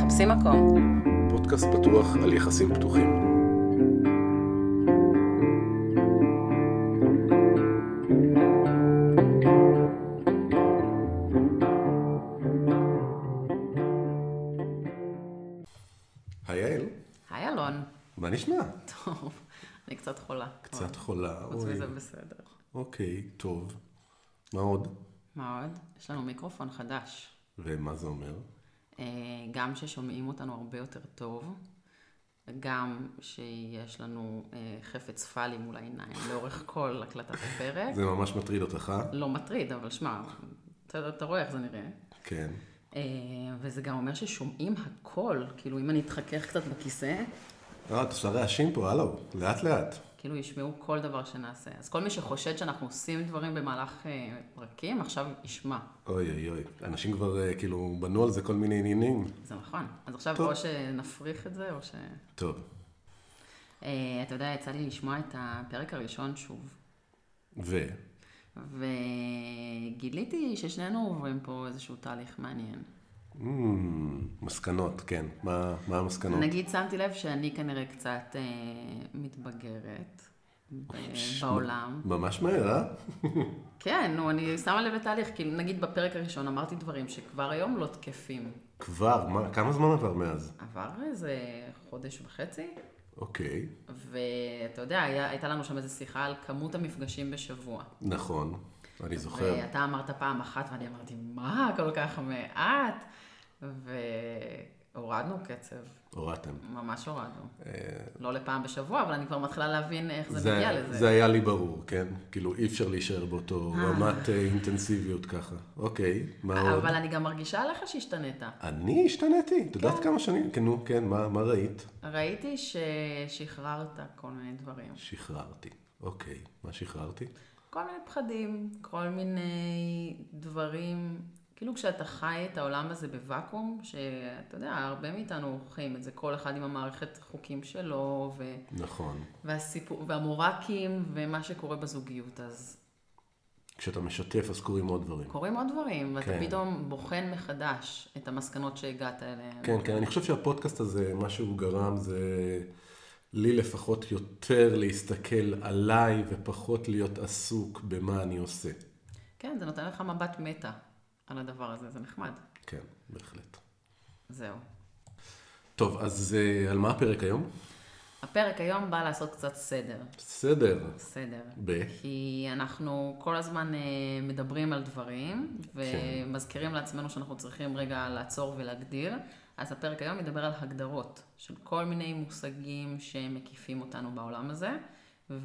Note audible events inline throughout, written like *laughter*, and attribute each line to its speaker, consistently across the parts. Speaker 1: תופסים מקום.
Speaker 2: פודקאסט פתוח על יחסים פתוחים. היי יעל,
Speaker 1: היי אלון.
Speaker 2: מה נשמע?
Speaker 1: טוב, אני קצת חולה.
Speaker 2: קצת חולה.
Speaker 1: חוץ
Speaker 2: אוי.
Speaker 1: מזה בסדר.
Speaker 2: אוקיי, טוב. מה עוד?
Speaker 1: מה עוד? יש לנו מיקרופון חדש.
Speaker 2: ומה זה אומר?
Speaker 1: אה, גם ששומעים אותנו הרבה יותר טוב, גם שיש לנו אה, חפץ פאלי מול העיניים לאורך כל הקלטת הפרק.
Speaker 2: זה ממש מטריד אותך, אה?
Speaker 1: לא מטריד, אבל שמע, אתה אתה רואה איך זה נראה.
Speaker 2: כן.
Speaker 1: אה, וזה גם אומר ששומעים הכל, כאילו אם אני אתחכך קצת בכיסא,
Speaker 2: אה, אתה עושה רעשים פה, הלו, לאט לאט.
Speaker 1: כאילו ישמעו כל דבר שנעשה. אז כל מי שחושד שאנחנו עושים דברים במהלך אה, פרקים, עכשיו ישמע.
Speaker 2: אוי אוי אוי, אנשים כבר אה, כאילו בנו על זה כל מיני עניינים.
Speaker 1: זה נכון. אז עכשיו
Speaker 2: טוב.
Speaker 1: או שנפריך את זה, או ש...
Speaker 2: טוב,
Speaker 1: אה, אתה יודע, יצא לי לשמוע את הפרק הראשון שוב,
Speaker 2: ו...
Speaker 1: וגיליתי ששנינו עוברים פה איזשהו תהליך מעניין.
Speaker 2: אמ, מסקנות, כן. מה מה המסקנות?
Speaker 1: נגיד, שמתי לב שאני כנראה קצת אה, מתבגרת ב- בעולם.
Speaker 2: ממש מהר, אה? *laughs*
Speaker 1: כן, נו, אני שמה לב לתהליך. כאילו, נגיד בפרק הראשון אמרתי דברים שכבר היום לא תקפים.
Speaker 2: כבר, מה, כמה זמן עבר מאז?
Speaker 1: עבר איזה חודש וחצי,
Speaker 2: אוקיי,
Speaker 1: ואתה יודע, היה, הייתה לנו שם איזו שיחה על כמות המפגשים בשבוע.
Speaker 2: נכון, אני זוכר.
Speaker 1: ואתה אמרת פעם אחת, ואני אמרתי, מה, כל כך מעט? והורדנו קצב,
Speaker 2: הורדתם. אה,
Speaker 1: ממש הורדנו. לא לפעם בשבוע, אבל אני כבר מתחילה להבין איך זה, מגיע לזה.
Speaker 2: זה היה לי ברור, כן? כאילו, אי אפשר להישאר באותו רמת אה, אינטנסיביות ככה. אוקיי, מה עוד?
Speaker 1: אבל אני גם מרגישה עליך שהשתנית.
Speaker 2: אני השתניתי, את יודעת כמה שנים? כן, נו, כן, מה מה ראית?
Speaker 1: ראיתי ששחררת כל מיני דברים.
Speaker 2: שחררתי. אוקיי, מה שחררתי?
Speaker 1: כל מיני פחדים, כל מיני דברים. כאילו כשאתה חי את העולם הזה בוואקום, שאתה יודע, הרבה מאיתנו חיים את זה, כל אחד עם המערכת חוקים שלו, ו...
Speaker 2: נכון.
Speaker 1: והסיפור, והמורקים, ומה שקורה בזוגיות. אז
Speaker 2: כשאתה משתף אז קורים עוד דברים.
Speaker 1: קורים עוד דברים, ואתה
Speaker 2: כן.
Speaker 1: פתאום בוחן מחדש את המסקנות שהגעת אליהן.
Speaker 2: כן, כן, אני חושב שהפודקאסט הזה, מה שהוא גרם זה לי לפחות יותר להסתכל עליי ופחות להיות עסוק במה אני עושה.
Speaker 1: כן, זה נותן לך מבט מטה על הדבר הזה, זה נחמד.
Speaker 2: כן, בהחלט.
Speaker 1: זהו.
Speaker 2: טוב, אז אה, על מה הפרק היום?
Speaker 1: הפרק היום בא לעשות קצת סדר.
Speaker 2: בסדר.
Speaker 1: בסדר.
Speaker 2: ב?
Speaker 1: כי אנחנו כל הזמן אה, מדברים על דברים,
Speaker 2: כן.
Speaker 1: ומזכירים לעצמנו שאנחנו צריכים רגע לעצור ולהגדיר. אז הפרק היום מדבר על הגדרות של כל מיני מושגים שמקיפים אותנו בעולם הזה,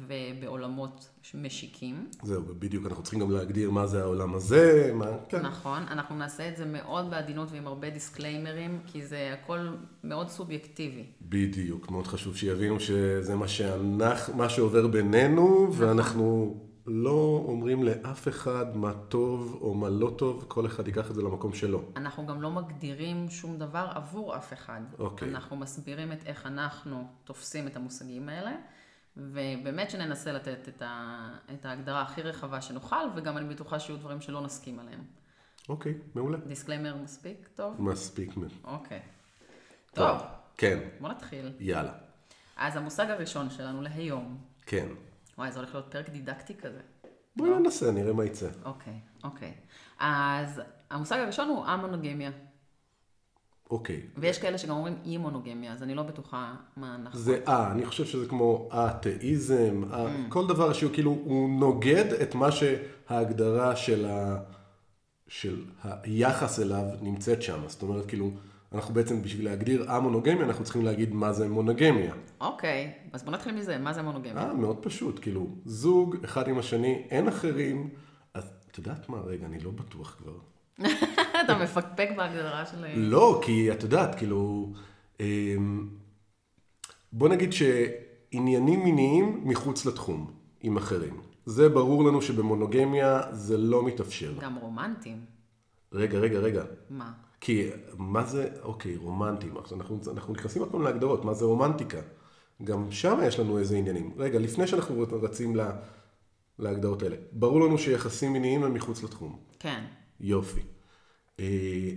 Speaker 1: ובעולמות משיקים.
Speaker 2: זהו, בדיוק, אנחנו צריכים גם להגדיר מה זה העולם הזה, מה... כן.
Speaker 1: נכון, אנחנו נעשה את זה מאוד בעדינות ועם הרבה דיסקליימרים, כי זה הכל מאוד סובייקטיבי.
Speaker 2: בדיוק, מאוד חשוב שיבינו שזה מה שאנחנו, מה שעובר בינינו, ואנחנו לא אומרים לאף אחד מה טוב או מה לא טוב, כל אחד ייקח את זה למקום שלו.
Speaker 1: אנחנו גם לא מגדירים שום דבר עבור אף אחד.
Speaker 2: אוקיי.
Speaker 1: אנחנו מסבירים את איך אנחנו תופסים את המושגים האלה, ובאמת שננסה לתת את, ה... את ההגדרה הכי רחבה שנוכל, וגם אני בטוחה שיהיו דברים שלא נסכים עליהם.
Speaker 2: אוקיי, מעולה.
Speaker 1: דיסקליימר מספיק? טוב?
Speaker 2: מספיק.
Speaker 1: אוקיי. טוב,
Speaker 2: כן,
Speaker 1: בוא נתחיל.
Speaker 2: יאללה.
Speaker 1: אז המושג הראשון שלנו להיום,
Speaker 2: כן.
Speaker 1: וואי, זה הולך להיות פרק דידקטי כזה.
Speaker 2: בואי ננסה, נראה מה יצא.
Speaker 1: אוקיי, אוקיי. אז המושג הראשון הוא המונוגמיה,
Speaker 2: אוקיי.
Speaker 1: ויש כאלה שגם אומרים אי מונוגמיה, אז אני לא בטוחה מה אנחנו...
Speaker 2: זה אה, אני חושב שזה כמו אתאיזם, אה, כל דבר שהוא כאילו, הוא נוגד את מה שההגדרה של, ה... של היחס אליו נמצאת שם. זאת אומרת, כאילו, אנחנו בעצם בשביל להגדיר א-מונוגמיה, אנחנו צריכים להגיד מה זה מונוגמיה.
Speaker 1: אוקיי, אז בוא נתחיל מזה, מה זה מונוגמיה?
Speaker 2: אה, מאוד פשוט, כאילו, זוג, אחד עם השני, אין אחרים. אז את יודעת מה, רגע, אני לא בטוח כבר.
Speaker 1: *laughs* אתה מפקפק בהגדרה של...
Speaker 2: לא, כי את יודעת, כאילו, אמ, בוא נגיד שעניינים מיניים מחוץ לתחום, עם אחרים. זה ברור לנו שבמונוגמיה זה לא מתאפשר.
Speaker 1: גם רומנטים.
Speaker 2: רגע, רגע, רגע.
Speaker 1: מה?
Speaker 2: כי מה זה, אוקיי, רומנטים. עכשיו אנחנו, אנחנו נכנסים עוד פעם להגדרות, מה זה רומנטיקה. גם שם יש לנו איזה עניינים. רגע, לפני שאנחנו רצים לה, להגדרות האלה, ברור לנו שיחסים מיניים הם מחוץ לתחום.
Speaker 1: כן.
Speaker 2: יופי. אמ,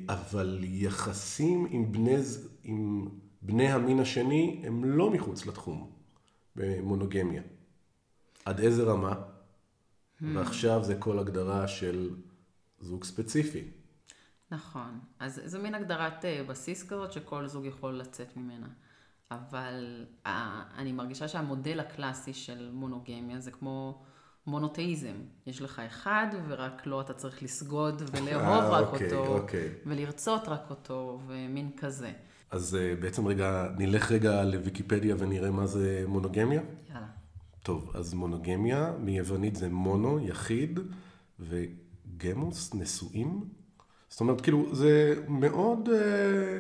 Speaker 2: אה, אבל יחסים עם בני, ז- עם בני המין השני הם לא מחוץ לתחום במונוגמיה. עד איזה רמה? ועכשיו זה כל הגדרה של זוג ספציפי.
Speaker 1: נכון. אז זו מין הגדרת אה, בסיס כזאת שכל זוג יכול לצאת ממנה. אבל אה, אני מרגישה שהמודל הקלאסי של מונוגמיה זה כמו מונותאיזם. יש לך אחד, ורק לו אתה צריך לסגוד ולאהוב
Speaker 2: אה,
Speaker 1: רק
Speaker 2: אוקיי,
Speaker 1: אותו,
Speaker 2: אוקיי.
Speaker 1: ולרצות רק אותו, ומין כזה.
Speaker 2: אז אה, בעצם רגע, נלך רגע לוויקיפדיה ונראה מה זה מונוגמיה.
Speaker 1: יאללה.
Speaker 2: טוב, אז מונוגמיה, מיוונית זה מונו, יחיד, וגמוס, נשואים. זאת אומרת, כאילו, זה מאוד, אה,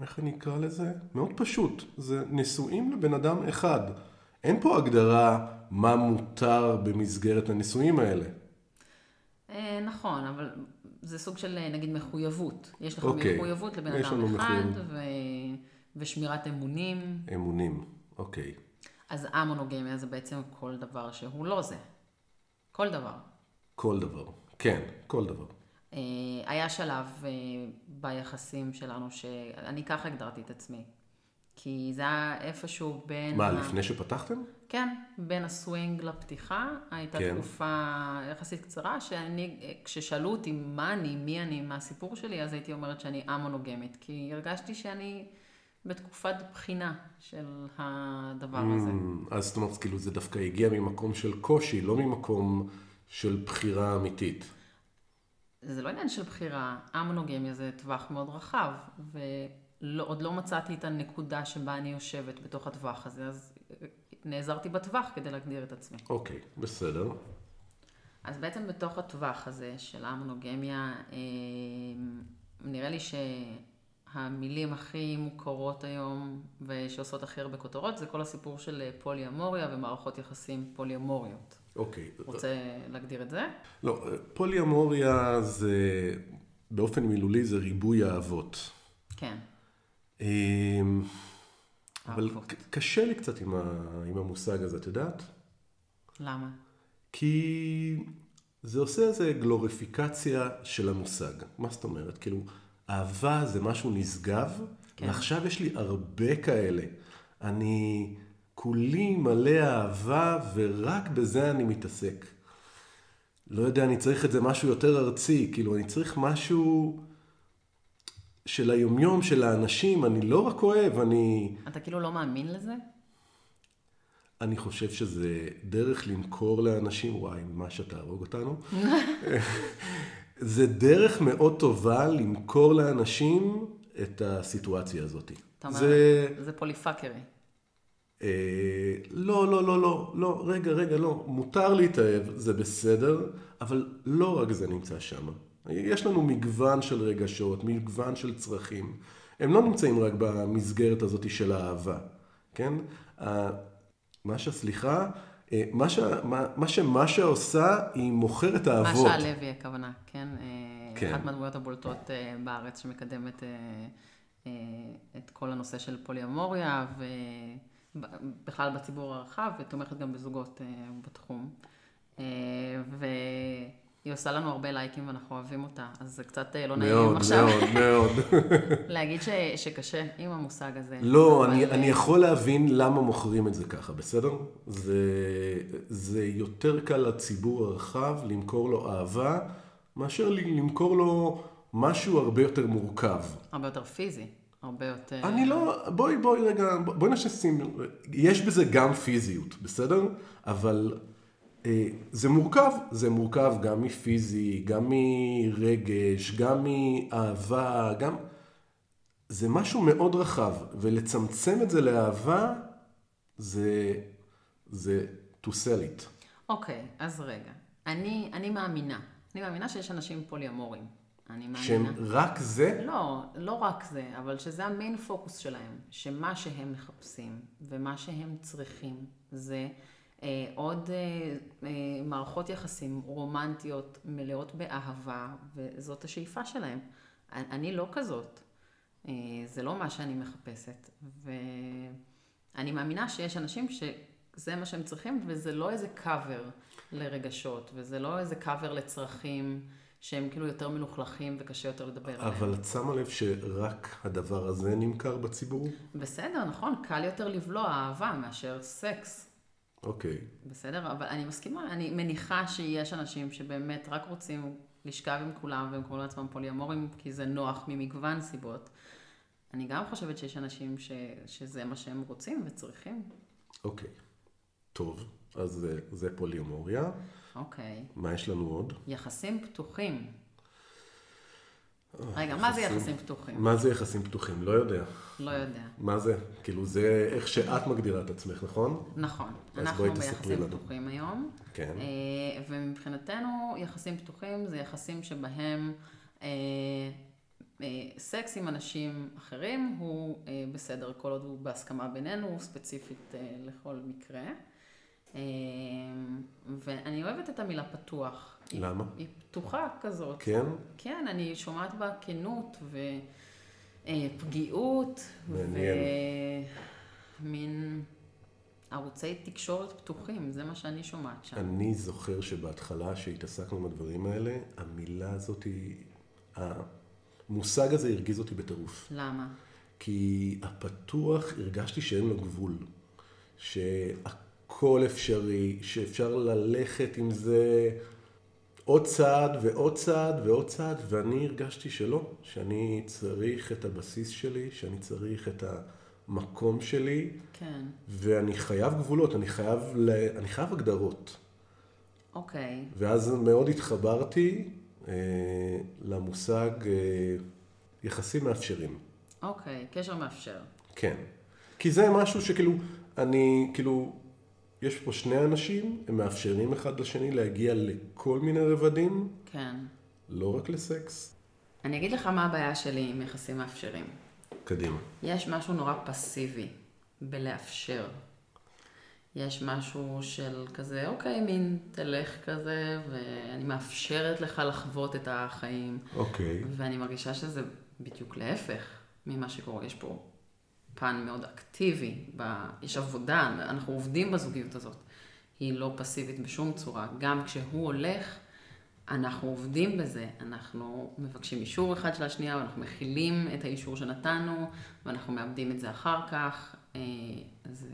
Speaker 2: איך אני אקרא לזה? מאוד פשוט. זה נשואים לבן אדם אחד. אין פה הגדרה מה מותר במסגרת הנישואים האלה.
Speaker 1: אה, נכון, אבל זה סוג של אה, נגיד מחויבות. יש לך
Speaker 2: אוקיי.
Speaker 1: מחויבות לבן
Speaker 2: יש לנו
Speaker 1: אדם אחד,
Speaker 2: מחויבות.
Speaker 1: ו... ושמירת אמונים.
Speaker 2: אמונים, אוקיי.
Speaker 1: אז המונוגמיה זה בעצם כל דבר שהוא לא זה. כל דבר.
Speaker 2: כל דבר. כן, כל דבר.
Speaker 1: אה, היה שלב אה, ביחסים שלנו שאני ככה הגדרתי את עצמי. כי זה היה איפשהו בין...
Speaker 2: מה,
Speaker 1: ה-
Speaker 2: לפני שפתחתם?
Speaker 1: כן, בין הסווינג לפתיחה, הייתה
Speaker 2: כן.
Speaker 1: כן. תקופה יחסית קצרה, שאני, אה, כששאלו אותי מה אני, מי אני, מה הסיפור שלי, אז הייתי אומרת שאני א-מונוגמית, כי הרגשתי שאני בתקופת בחינה של הדבר הזה.
Speaker 2: Mm, אז זאת אומרת, כאילו זה דווקא הגיע ממקום של קושי, לא ממקום של בחירה אמיתית.
Speaker 1: זה לא עניין של בחירה, המונוגמיה זה טווח מאוד רחב, ועוד לא מצאתי את הנקודה שבה אני יושבת בתוך הטווח הזה, אז אה, נעזרתי בטווח כדי להגדיר את עצמי.
Speaker 2: אוקיי, בסדר.
Speaker 1: אז בעצם בתוך הטווח הזה של המונוגמיה, אה, נראה לי שהמילים הכי מוכרות היום ושעושות הכי הרבה כותרות זה כל הסיפור של אה, פוליאמוריה ומערכות יחסים פוליאמוריות.
Speaker 2: אוקיי.
Speaker 1: רוצה להגדיר את זה?
Speaker 2: לא, פוליאמוריה זה, באופן מילולי זה ריבוי האהבות.
Speaker 1: כן.
Speaker 2: אמ, אבל
Speaker 1: אהבות.
Speaker 2: ק- קשה לי קצת עם ה- עם המושג הזה, את יודעת?
Speaker 1: למה?
Speaker 2: כי זה עושה איזה גלוריפיקציה של המושג. מה זאת אומרת? כאילו, אהבה זה משהו נשגב, כן.
Speaker 1: כן.
Speaker 2: ועכשיו יש לי הרבה כאלה. אני כולי מלא אהבה, ורק בזה אני מתעסק. לא יודע, אני צריך את זה משהו יותר ארצי, כאילו, אני צריך משהו של היומיום, של האנשים, אני לא רק אוהב, אני...
Speaker 1: אתה כאילו לא מאמין לזה?
Speaker 2: אני חושב שזה דרך למכור לאנשים, וואי, ממש תהרוג אותנו. זה דרך מאוד טובה למכור לאנשים את הסיטואציה הזאת.
Speaker 1: אתה אומר,
Speaker 2: זה...
Speaker 1: זה פוליפאקרי.
Speaker 2: אה, לא, לא, לא, לא, לא, רגע, רגע, לא. מותר להתאהב, זה בסדר, אבל לא רק זה נמצא שם. יש לנו מגוון של רגשות, מגוון של צרכים. הם לא נמצאים רק במסגרת הזאת של האהבה, כן? ה- מה שסליחה, אה, מה ש- מה- מה שמשה עושה, היא מוכרת האהבות.
Speaker 1: משה הלוי הכוונה, כן? אה,
Speaker 2: כן.
Speaker 1: אחת מהדמויות הבולטות אה, בארץ שמקדמת אה, אה, את כל הנושא של פוליאמוריה, ובכלל בציבור הרחב, ותומכת גם בזוגות אה, בתחום. אה, והיא עושה לנו הרבה לייקים ואנחנו אוהבים אותה, אז זה קצת אה, לא נעים
Speaker 2: מאוד,
Speaker 1: עכשיו
Speaker 2: מאוד, מאוד.
Speaker 1: *laughs* להגיד ש, שקשה עם המושג הזה.
Speaker 2: לא,
Speaker 1: אבל,
Speaker 2: אני,
Speaker 1: אה,
Speaker 2: אני יכול להבין למה מוכרים את זה ככה, בסדר? זה, זה יותר קל לציבור הרחב למכור לו אהבה, מאשר ל- למכור לו משהו הרבה יותר מורכב.
Speaker 1: הרבה יותר פיזי, הרבה יותר... אה,
Speaker 2: אני לא, בואי, בואי רגע, בוא- בואי נשים, יש בזה גם פיזיות, בסדר? אבל אה, זה מורכב, זה מורכב גם מפיזי, גם מרגש, גם מאהבה, גם... זה משהו מאוד רחב, ולצמצם את זה לאהבה, זה... זה to sell it.
Speaker 1: אוקיי, אז רגע. אני, אני מאמינה. אני מאמינה שיש אנשים פוליאמורים. אני מאמינה.
Speaker 2: שהם רק זה,
Speaker 1: לא, לא רק זה, אבל שזה המיין פוקוס שלהם, שמה שהם מחפשים ומה שהם צריכים זה אה, עוד אה, אה, מערכות יחסים רומנטיות מלאות באהבה, וזאת השאיפה שלהם. אני, אני לא כזאת, אה, זה לא מה שאני מחפשת, ואני מאמינה שיש אנשים שזה מה שהם צריכים, וזה לא איזה קאבר לרגשות, וזה לא איזה קאבר לצרכים. שהם כאילו יותר מלוכלכים וקשה יותר לדבר עליהם.
Speaker 2: אבל את שמה לב שרק הדבר הזה נמכר בציבור?
Speaker 1: בסדר, נכון, קל יותר לבלוע אהבה מאשר סקס.
Speaker 2: אוקיי.
Speaker 1: בסדר, אבל אני מסכימה, אני מניחה שיש אנשים שבאמת רק רוצים לשכב עם כולם והם קוראים לעצמם פוליאמורים כי זה נוח ממגוון סיבות. אני גם חושבת שיש אנשים ש, שזה מה שהם רוצים וצריכים.
Speaker 2: אוקיי. טוב, אז זה, זה פוליומוריה.
Speaker 1: אוקיי.
Speaker 2: מה יש לנו עוד?
Speaker 1: יחסים פתוחים. רגע, מה זה יחסים פתוחים?
Speaker 2: מה זה יחסים פתוחים? לא יודע.
Speaker 1: לא יודע.
Speaker 2: מה זה? כאילו זה איך שאת מגדירה את עצמך, נכון?
Speaker 1: נכון,
Speaker 2: אז
Speaker 1: אנחנו
Speaker 2: בואי תספרי
Speaker 1: ביחסים
Speaker 2: לנו.
Speaker 1: פתוחים היום,
Speaker 2: כן.
Speaker 1: אה, ומבחינתנו יחסים פתוחים זה יחסים שבהם אה, אה, סקס עם אנשים אחרים הוא אה, בסדר כל עוד הוא בהסכמה בינינו, הוא ספציפית אה, לכל מקרה. אה, ואני אוהבת את המילה פתוח. היא-
Speaker 2: למה?
Speaker 1: היא פתוחה כזאת.
Speaker 2: כן?
Speaker 1: כן, אני שומעת בה כנות אה, ופגיעות.
Speaker 2: מעניין.
Speaker 1: ומין ערוצי תקשורת פתוחים, זה מה שאני שומעת שם.
Speaker 2: אני זוכר שבהתחלה שהתעסקנו עם הדברים האלה, המילה הזאת היא... המושג הזה הרגיז אותי בטירוף.
Speaker 1: למה?
Speaker 2: כי הפתוח, הרגשתי שאין לו גבול. שהכל אפשרי, שאפשר ללכת עם זה עוד צעד ועוד צעד ועוד צעד, ואני הרגשתי שלא, שאני צריך את הבסיס שלי, שאני צריך את המקום שלי,
Speaker 1: כן.
Speaker 2: ואני חייב גבולות, אני חייב, ל... אני חייב הגדרות.
Speaker 1: אוקיי.
Speaker 2: ואז מאוד התחברתי אה, למושג אה, יחסים מאפשרים.
Speaker 1: אוקיי, קשר מאפשר.
Speaker 2: כן. כי זה משהו שכאילו, אני, כאילו, יש פה שני אנשים, הם מאפשרים אחד לשני להגיע לכל מיני רבדים,
Speaker 1: כן.
Speaker 2: לא רק לסקס.
Speaker 1: אני אגיד לך מה הבעיה שלי עם יחסים מאפשרים.
Speaker 2: קדימה.
Speaker 1: יש משהו נורא פסיבי בלאפשר. יש משהו של כזה, אוקיי, מין תלך כזה, ואני מאפשרת לך לחוות את החיים.
Speaker 2: אוקיי.
Speaker 1: ואני מרגישה שזה בדיוק להפך ממה שקורה. יש פה פן מאוד אקטיבי, ב... יש עבודה, אנחנו עובדים בזוגיות הזאת. היא לא פסיבית בשום צורה. גם כשהוא הולך, אנחנו עובדים בזה. אנחנו מבקשים אישור אחד של השנייה, ואנחנו מכילים את האישור שנתנו, ואנחנו מאבדים את זה אחר כך. אה, זה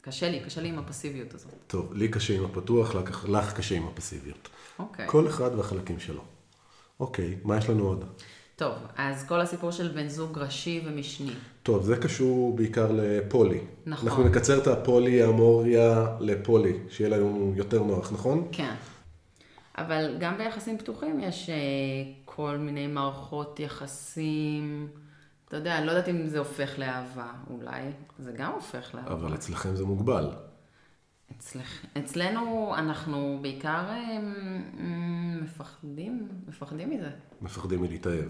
Speaker 1: קשה לי, קשה לי עם הפסיביות הזאת.
Speaker 2: טוב, לי קשה עם הפתוח, לך- לך קשה עם הפסיביות.
Speaker 1: אוקיי.
Speaker 2: כל אחד והחלקים שלו. אוקיי, מה יש לנו עוד?
Speaker 1: טוב, אז כל הסיפור של בן זוג ראשי ומשני.
Speaker 2: טוב, זה קשור בעיקר לפולי.
Speaker 1: נכון.
Speaker 2: אנחנו נקצר את הפולי אמוריה לפולי, שיהיה לנו יותר נוח, נכון?
Speaker 1: כן. אבל גם ביחסים פתוחים יש אה, כל מיני מערכות יחסים. אתה יודע, אני לא יודעת אם זה הופך לאהבה, אולי זה גם הופך לאהבה.
Speaker 2: אבל אצלכם זה מוגבל.
Speaker 1: אצלך, אצלנו אנחנו בעיקר אה, מ- מפחדים, מפחדים מזה.
Speaker 2: מפחדים מלהתאהב.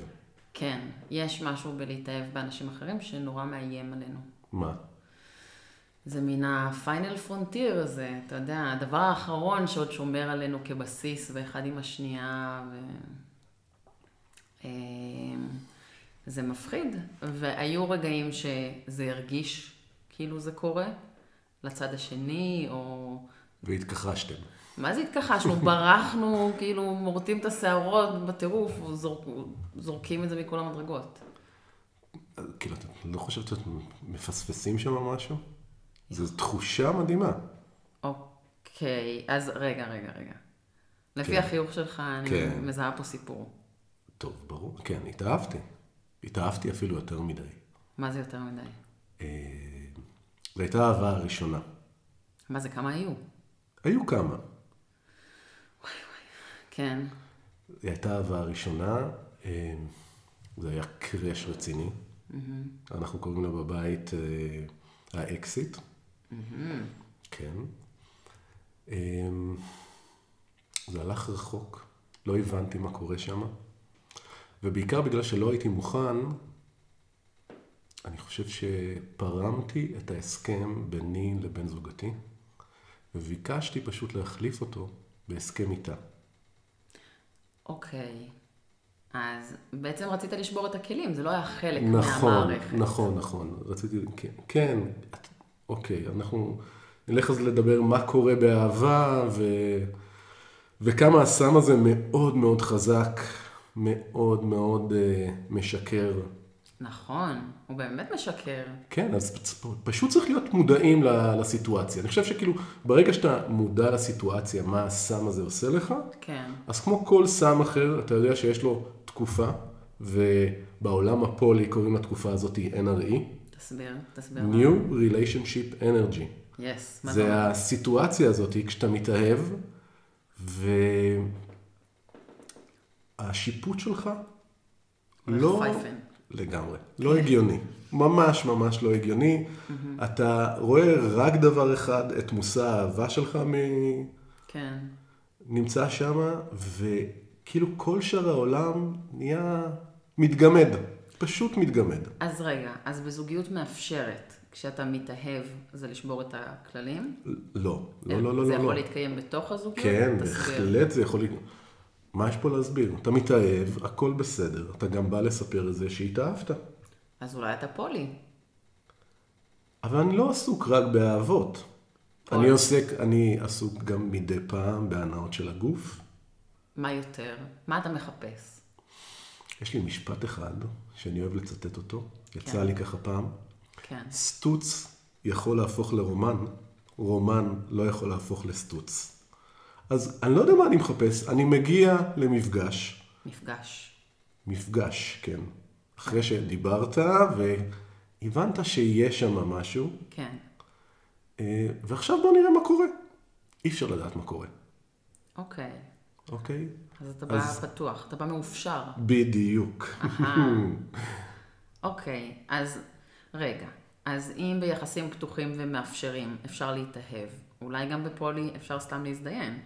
Speaker 1: כן, יש משהו בלהתאהב באנשים אחרים שנורא מאיים עלינו.
Speaker 2: מה?
Speaker 1: זה מן הפיינל פרונטיר הזה, אתה יודע, הדבר האחרון שעוד שומר עלינו כבסיס ואחד עם השנייה, ו... אמ, זה מפחיד. והיו רגעים שזה הרגיש כאילו זה קורה לצד השני, או...
Speaker 2: והתכחשתם.
Speaker 1: מה זה התכחשנו? ברחנו, כאילו מורטים את השערות בטירוף, זורק... זורקים את זה מכל המדרגות.
Speaker 2: כאילו, את לא חושבת שאתם מפספסים שם משהו? זו תחושה מדהימה.
Speaker 1: אוקיי, אז רגע, רגע, רגע. לפי
Speaker 2: כן.
Speaker 1: החיוך שלך, אני
Speaker 2: כן.
Speaker 1: מזהה פה סיפור.
Speaker 2: טוב, ברור. כן, התאהבתי. התאהבתי אפילו יותר מדי.
Speaker 1: מה זה יותר מדי?
Speaker 2: אה, זו הייתה האהבה הראשונה.
Speaker 1: מה זה, כמה היו?
Speaker 2: היו כמה.
Speaker 1: כן.
Speaker 2: זו הייתה האהבה הראשונה. אה, זה היה קרש רציני. אנחנו קוראים לה בבית אה, האקסיט. כן. אה, זה הלך רחוק, לא הבנתי מה קורה שם. ובעיקר בגלל שלא הייתי מוכן, אני חושב שפרמתי את ההסכם ביני לבין זוגתי, וביקשתי פשוט להחליף אותו בהסכם איתה.
Speaker 1: אוקיי. אז בעצם רצית לשבור את הכלים, זה לא היה חלק
Speaker 2: נכון,
Speaker 1: מהמערכת.
Speaker 2: נכון, נכון. רציתי, כן, כן, את- אוקיי, אנחנו נלך אז לדבר מה קורה באהבה ו... וכמה הסם הזה מאוד מאוד חזק, מאוד מאוד אה, משקר.
Speaker 1: נכון, הוא באמת משקר.
Speaker 2: כן, אז פ- פ- פשוט צריך להיות מודעים ל- לסיטואציה. אני חושב שכאילו, ברגע שאתה מודע לסיטואציה, מה הסם הזה עושה לך,
Speaker 1: כן.
Speaker 2: אז כמו כל סם אחר, אתה יודע שיש לו תקופה, ובעולם הפולי קוראים לתקופה הזאת E. NRE,
Speaker 1: תסביר, תסביר.
Speaker 2: New Relationship Energy.
Speaker 1: יס, מה זה
Speaker 2: זה
Speaker 1: אומר?
Speaker 2: הסיטואציה הזאת, כשאתה מתאהב, והשיפוט שלך
Speaker 1: הולך כן.
Speaker 2: לא...
Speaker 1: פייפן.
Speaker 2: לגמרי. לא הגיוני. ממש ממש לא הגיוני. אתה רואה רק דבר אחד, את מושא האהבה שלך מ-
Speaker 1: כן.
Speaker 2: נמצא שם, וכאילו כל שאר העולם נהיה מתגמד. פשוט מתגמד.
Speaker 1: אז רגע, אז בזוגיות מאפשרת, כשאתה מתאהב, זה לשבור את הכללים?
Speaker 2: לא, לא, לא, לא,
Speaker 1: זה
Speaker 2: לא.
Speaker 1: יכול
Speaker 2: לא.
Speaker 1: להתקיים בתוך הזוגיות?
Speaker 2: כן,
Speaker 1: תסביר.
Speaker 2: בהחלט זה יכול להיות. מה יש פה להסביר? אתה מתאהב, הכל בסדר, אתה גם בא לספר את זה שהתאהבת.
Speaker 1: אז אולי אתה פולי.
Speaker 2: אבל אני לא עסוק רק באהבות.
Speaker 1: אוי.
Speaker 2: אני עוסק, אני עסוק גם מדי פעם בהנאות של הגוף.
Speaker 1: מה יותר? מה אתה מחפש?
Speaker 2: יש לי משפט אחד שאני אוהב לצטט אותו, יצא
Speaker 1: כן.
Speaker 2: לי ככה פעם.
Speaker 1: כן.
Speaker 2: סטוץ יכול להפוך לרומן, רומן לא יכול להפוך לסטוץ. אז אני לא יודע מה אני מחפש, אני מגיע למפגש,
Speaker 1: מפגש.
Speaker 2: מפגש, כן. אחרי שדיברת והבנת שיש שם משהו,
Speaker 1: כן.
Speaker 2: אה, ועכשיו בוא נראה מה קורה. אי אפשר לדעת מה קורה,
Speaker 1: אוקיי.
Speaker 2: אוקיי?
Speaker 1: אז אתה בא פתוח, אתה בא מאופשר.
Speaker 2: בדיוק.
Speaker 1: אוקיי, אז רגע. אז אם ביחסים פתוחים ומאפשרים אפשר להתאהב, אולי גם בפולי אפשר סתם להזדיין.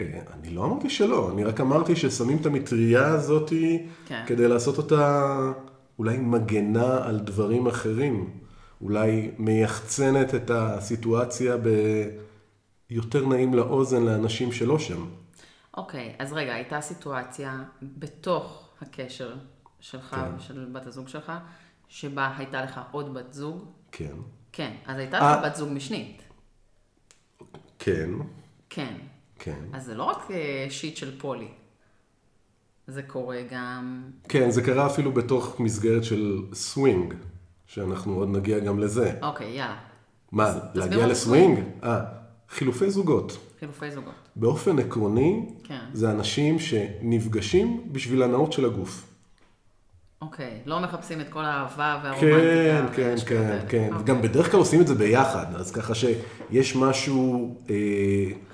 Speaker 2: אה, אני לא אמרתי שלא, אני רק אמרתי ששמים את המטריה הזאת
Speaker 1: כן.
Speaker 2: כדי לעשות אותה אולי מגנה על דברים אחרים. אולי מייחצנת את הסיטואציה ביותר נעים לאוזן לאנשים שלא שם.
Speaker 1: אוקיי, אז רגע, הייתה סיטואציה בתוך הקשר שלך ושל בת הזוג שלך, שבה הייתה לך עוד בת זוג?
Speaker 2: כן.
Speaker 1: כן. אז הייתה
Speaker 2: אה.
Speaker 1: לך בת זוג משנית?
Speaker 2: כן.
Speaker 1: כן.
Speaker 2: כן.
Speaker 1: אז זה לא רק אה, שיט של פולי. זה קורה גם...
Speaker 2: כן, זה קרה אפילו בתוך מסגרת של סווינג, שאנחנו עוד נגיע גם לזה.
Speaker 1: אוקיי, יאללה.
Speaker 2: מה,
Speaker 1: תסביר
Speaker 2: להגיע
Speaker 1: לנו
Speaker 2: לסווינג? אה, חילופי זוגות.
Speaker 1: חילופי זוגות.
Speaker 2: באופן עקרוני,
Speaker 1: כן.
Speaker 2: זה אנשים שנפגשים בשביל הנאות של הגוף.
Speaker 1: אוקיי, לא מחפשים את כל האהבה והרומנטיקה.
Speaker 2: כן, כן,
Speaker 1: והשטויות
Speaker 2: כן,
Speaker 1: האלה.
Speaker 2: כן.
Speaker 1: אוקיי.
Speaker 2: גם בדרך כלל עושים את זה ביחד, אז ככה שיש משהו אה,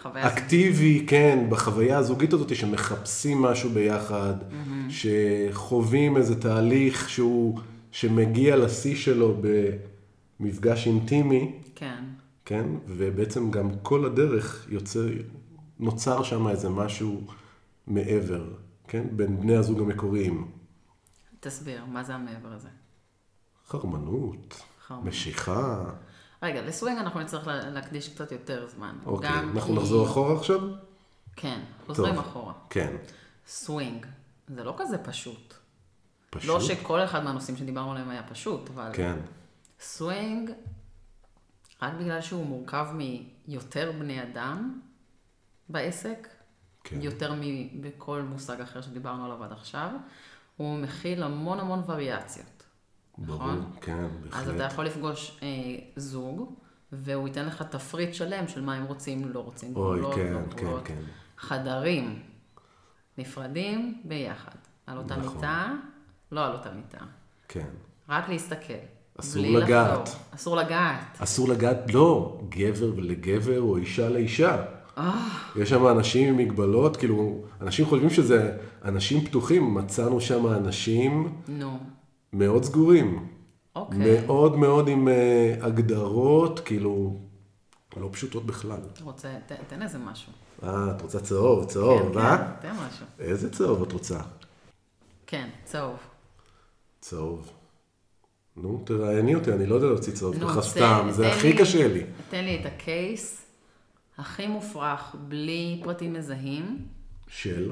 Speaker 1: חוויה זוגית.
Speaker 2: אקטיבי, כן, בחוויה הזוגית הזאת, שמחפשים משהו ביחד, שחווים איזה תהליך שהוא, שמגיע לשיא שלו במפגש אינטימי,
Speaker 1: כן.
Speaker 2: כן, ובעצם גם כל הדרך יוצא, נוצר שם איזה משהו מעבר, כן, בין בני הזוג המקוריים.
Speaker 1: תסביר, מה זה המעבר הזה?
Speaker 2: חרמנות,
Speaker 1: חרמנות.
Speaker 2: משיכה.
Speaker 1: רגע, לסווינג אנחנו נצטרך לה- להקדיש קצת יותר זמן.
Speaker 2: אוקיי,
Speaker 1: גם
Speaker 2: אנחנו
Speaker 1: כי-
Speaker 2: נחזור אחורה עכשיו?
Speaker 1: כן, חוזרים
Speaker 2: טוב.
Speaker 1: אחורה.
Speaker 2: כן.
Speaker 1: סווינג, זה לא כזה פשוט.
Speaker 2: פשוט.
Speaker 1: לא שכל אחד מהנושאים שדיברנו עליהם היה פשוט, אבל...
Speaker 2: כן,
Speaker 1: סווינג, רק בגלל שהוא מורכב מיותר בני אדם בעסק,
Speaker 2: כן.
Speaker 1: יותר מבכל מושג אחר שדיברנו עליו עד עכשיו, הוא מכיל המון המון וריאציות.
Speaker 2: ברור,
Speaker 1: נכון.
Speaker 2: כן,
Speaker 1: אז אתה
Speaker 2: בהחלט.
Speaker 1: יכול לפגוש אה, זוג, והוא ייתן לך תפריט שלם של מה הם רוצים, לא רוצים,
Speaker 2: אוי,
Speaker 1: גבולות,
Speaker 2: כן,
Speaker 1: לא
Speaker 2: כן,
Speaker 1: גבולות.
Speaker 2: כן.
Speaker 1: חדרים נפרדים ביחד, על אותה
Speaker 2: נכון.
Speaker 1: מיטה, לא על אותה מיטה,
Speaker 2: כן.
Speaker 1: רק להסתכל.
Speaker 2: אסור
Speaker 1: בלי
Speaker 2: לגעת.
Speaker 1: לחזור. אסור לגעת.
Speaker 2: אסור לגעת, לא, גבר לגבר או אישה לאישה.
Speaker 1: אה.
Speaker 2: יש שם אנשים עם מגבלות, כאילו, אנשים חושבים שזה אנשים פתוחים, מצאנו שם אנשים
Speaker 1: נו,
Speaker 2: מאוד סגורים.
Speaker 1: אוקיי.
Speaker 2: מאוד מאוד עם אה, הגדרות, כאילו, לא פשוטות בכלל.
Speaker 1: אתה רוצה, ת, תן איזה משהו.
Speaker 2: אה, את רוצה צהוב, צהוב, אה?
Speaker 1: כן, תן משהו.
Speaker 2: איזה צהוב את רוצה?
Speaker 1: כן, צהוב.
Speaker 2: צהוב. נו, תראייני אותי, אני לא יודע להוציא צהוב
Speaker 1: נו,
Speaker 2: ככה
Speaker 1: תן-
Speaker 2: סתם, זה
Speaker 1: תן
Speaker 2: הכי
Speaker 1: לי-
Speaker 2: קשה לי.
Speaker 1: תן לי את הקייס הכי מופרך, בלי פרטים מזהים,
Speaker 2: של,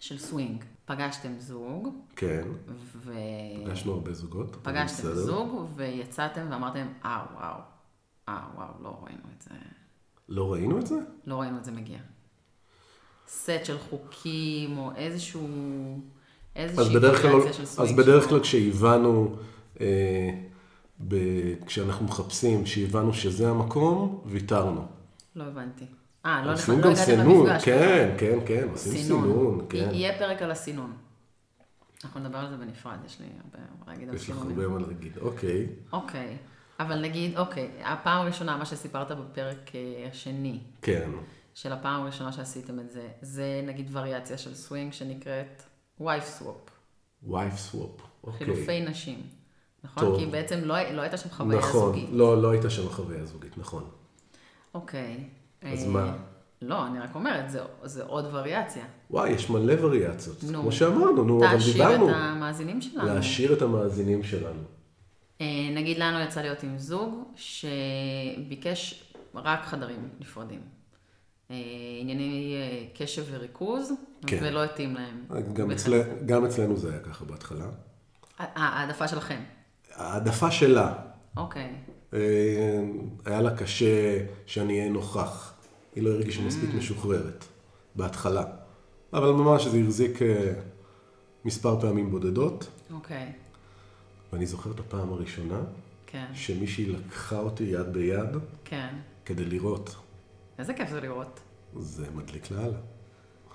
Speaker 1: של סווינג. פגשתם זוג,
Speaker 2: כן,
Speaker 1: ו...
Speaker 2: פגשנו הרבה זוגות. אבל
Speaker 1: פגשתם
Speaker 2: בסדר.
Speaker 1: זוג, ויצאתם ואמרתם, אה, וואו. אה, וואו, לא ראינו את זה.
Speaker 2: לא ראינו את זה?
Speaker 1: לא ראינו את זה מגיע. סט של חוקים, או איזשהו...
Speaker 2: אז
Speaker 1: איזושהי
Speaker 2: בדרך כלל, לא-
Speaker 1: קונקרציה של
Speaker 2: אז
Speaker 1: סוויץ'.
Speaker 2: בדרך כלל כשהבנו, אה, ב, כשאנחנו מחפשים, כשהבנו שזה המקום, ויתרנו.
Speaker 1: לא הבנתי. אה, לא נכ-
Speaker 2: עושים
Speaker 1: לא
Speaker 2: גם
Speaker 1: הגעתם
Speaker 2: סינון,
Speaker 1: למפגש. נכון.
Speaker 2: כן, כן, כן, עושים סינון, כן.
Speaker 1: יהיה פרק על הסינון. אנחנו נדבר על זה בנפרד, יש לי הרבה מה להגיד על
Speaker 2: יש לך
Speaker 1: סינון.
Speaker 2: הרבה מה להגיד, אוקיי.
Speaker 1: אוקיי, אבל נגיד, אוקיי, הפעם הראשונה, מה שסיפרת בפרק אה, השני,
Speaker 2: כן,
Speaker 1: של הפעם הראשונה שעשיתם את זה, זה נגיד וריאציה של סווינג שנקראת וייף סוואפ,
Speaker 2: אוקיי. וייף סוואפ, אוקיי.
Speaker 1: חילופי נשים, נכון?
Speaker 2: טוב.
Speaker 1: כי בעצם לא, הי- לא הייתה שם חוויה
Speaker 2: נכון,
Speaker 1: זוגית.
Speaker 2: לא, לא הייתה שם חוויה זוגית, נכון.
Speaker 1: אוקיי.
Speaker 2: אז
Speaker 1: אה,
Speaker 2: מה?
Speaker 1: לא, אני רק אומרת, זה, זה עוד וריאציה.
Speaker 2: וואי, יש מלא וריאציות,
Speaker 1: נו.
Speaker 2: כמו שאמרנו, נו, אבל
Speaker 1: תעשיר
Speaker 2: דיברנו.
Speaker 1: את המאזינים שלנו.
Speaker 2: להעשיר את המאזינים שלנו.
Speaker 1: אה, נגיד לנו יצא להיות עם זוג שביקש רק חדרים נפרדים. אה, ענייני אה, קשב וריכוז,
Speaker 2: כן.
Speaker 1: ולא התאים להם.
Speaker 2: גם,
Speaker 1: בכלל.
Speaker 2: אצל... גם אצלנו זה היה ככה בהתחלה.
Speaker 1: אה, העדפה שלכם.
Speaker 2: העדפה שלה,
Speaker 1: אוקיי.
Speaker 2: אה, היה לה קשה שאני אהיה נוכח. היא לא הרגישה
Speaker 1: Mm.
Speaker 2: מספיק משוחררת, בהתחלה. אבל ממש זה החזיק אה, מספר פעמים בודדות,
Speaker 1: אוקיי.
Speaker 2: ואני זוכר את הפעם הראשונה
Speaker 1: כן.
Speaker 2: שמישהי לקחה אותי יד ביד
Speaker 1: כן.
Speaker 2: כדי לראות.
Speaker 1: איזה כיף זה לראות.
Speaker 2: זה מדליק לאללה.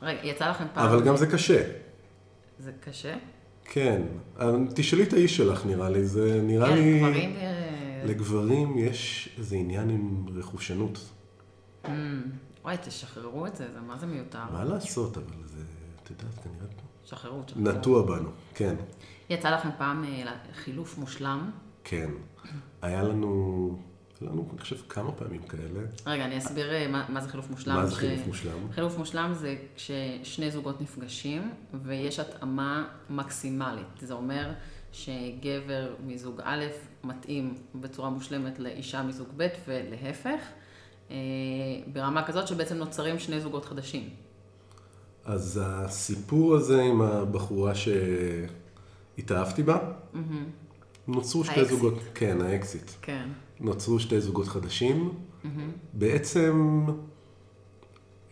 Speaker 1: רגע, יצא לכם פעם.
Speaker 2: אבל גם זה קשה.
Speaker 1: זה קשה?
Speaker 2: כן. אבל תשאלי את האיש שלך, נראה לי. זה נראה לי...
Speaker 1: כן, גברים... אה,
Speaker 2: לגברים יש איזה עניין עם רכושנות.
Speaker 1: hmm. וואי, תשחררו את זה, זה מה זה מיותר.
Speaker 2: מה לעשות, אבל זה, את יודעת, כנראה
Speaker 1: שחררו, תשחררו.
Speaker 2: נטוע בנו. כן,
Speaker 1: יצא לכם פעם אה, חילוף מושלם?
Speaker 2: כן. היה לנו, היה לנו, אני חושב, כמה פעמים כאלה.
Speaker 1: רגע, אני אסביר אה, מה, מה זה חילוף מושלם.
Speaker 2: מה זה
Speaker 1: ש-
Speaker 2: חילוף מושלם?
Speaker 1: חילוף מושלם זה כששני זוגות נפגשים ויש התאמה מקסימלית. זה אומר שגבר מזוג א' מתאים בצורה מושלמת לאישה מזוג ב' ולהפך, אה, ברמה כזאת שבעצם נוצרים שני זוגות חדשים.
Speaker 2: אז הסיפור הזה עם הבחורה שהתאהבתי בה, נוצרו שתי
Speaker 1: האקזיט.
Speaker 2: זוגות, כן, האקזיט.
Speaker 1: כן.
Speaker 2: נוצרו שתי זוגות חדשים. בעצם,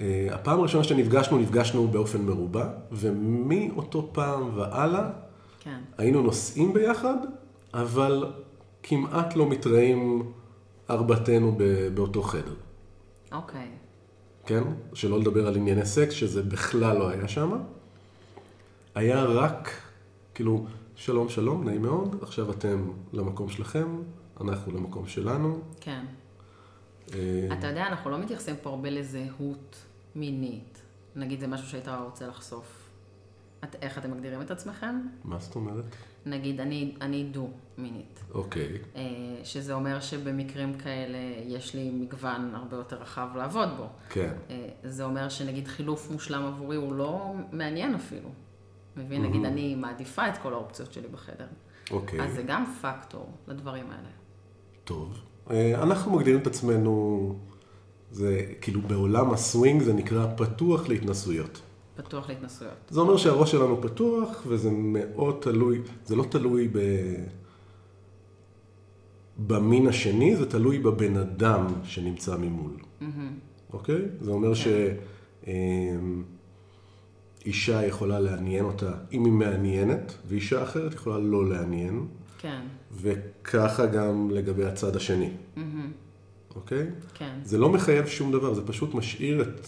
Speaker 2: אה, הפעם הראשונה שנפגשנו, נפגשנו באופן מרובע, ומאותו פעם והלאה
Speaker 1: כן.
Speaker 2: היינו נוסעים ביחד, אבל כמעט לא מתראים ארבעתנו ב- באותו חדר,
Speaker 1: אוקיי.
Speaker 2: כן? שלא לדבר על ענייני סקס, שזה בכלל לא היה שם. היה רק, כאילו, שלום שלום, נעים מאוד, עכשיו אתם למקום שלכם, אנחנו למקום שלנו.
Speaker 1: כן.
Speaker 2: אה,
Speaker 1: אתה יודע, אנחנו לא מתייחסים פה הרבה לזהות מינית. נגיד זה משהו שהיית רוצה לחשוף. את, איך אתם מגדירים את עצמכם?
Speaker 2: מה זאת אומרת?
Speaker 1: נגיד, אני, אני דו-מינית.
Speaker 2: אוקיי.
Speaker 1: אה, שזה אומר שבמקרים כאלה יש לי מגוון הרבה יותר רחב לעבוד בו.
Speaker 2: כן.
Speaker 1: אה, זה אומר שנגיד חילוף מושלם עבורי הוא לא מעניין אפילו. מבין? נגיד, אני מעדיפה את כל האופציות שלי בחדר.
Speaker 2: אוקיי.
Speaker 1: אז זה גם פקטור לדברים האלה.
Speaker 2: טוב. אה, אנחנו מגדירים את עצמנו, זה כאילו בעולם הסווינג זה נקרא פתוח להתנסויות.
Speaker 1: פתוח להתנסויות.
Speaker 2: זה אומר שהראש שלנו פתוח, וזה מאוד תלוי, זה לא תלוי ב... במין השני, זה תלוי בבן אדם שנמצא ממול. אוקיי?
Speaker 1: כן.
Speaker 2: זה אומר שאישה יכולה לעניין אותה, אם היא מעניינת, ואישה אחרת יכולה לא לעניין,
Speaker 1: כן,
Speaker 2: וככה גם לגבי הצד השני. אוקיי?
Speaker 1: כן.
Speaker 2: זה לא מחייב שום דבר, זה פשוט משאיר את...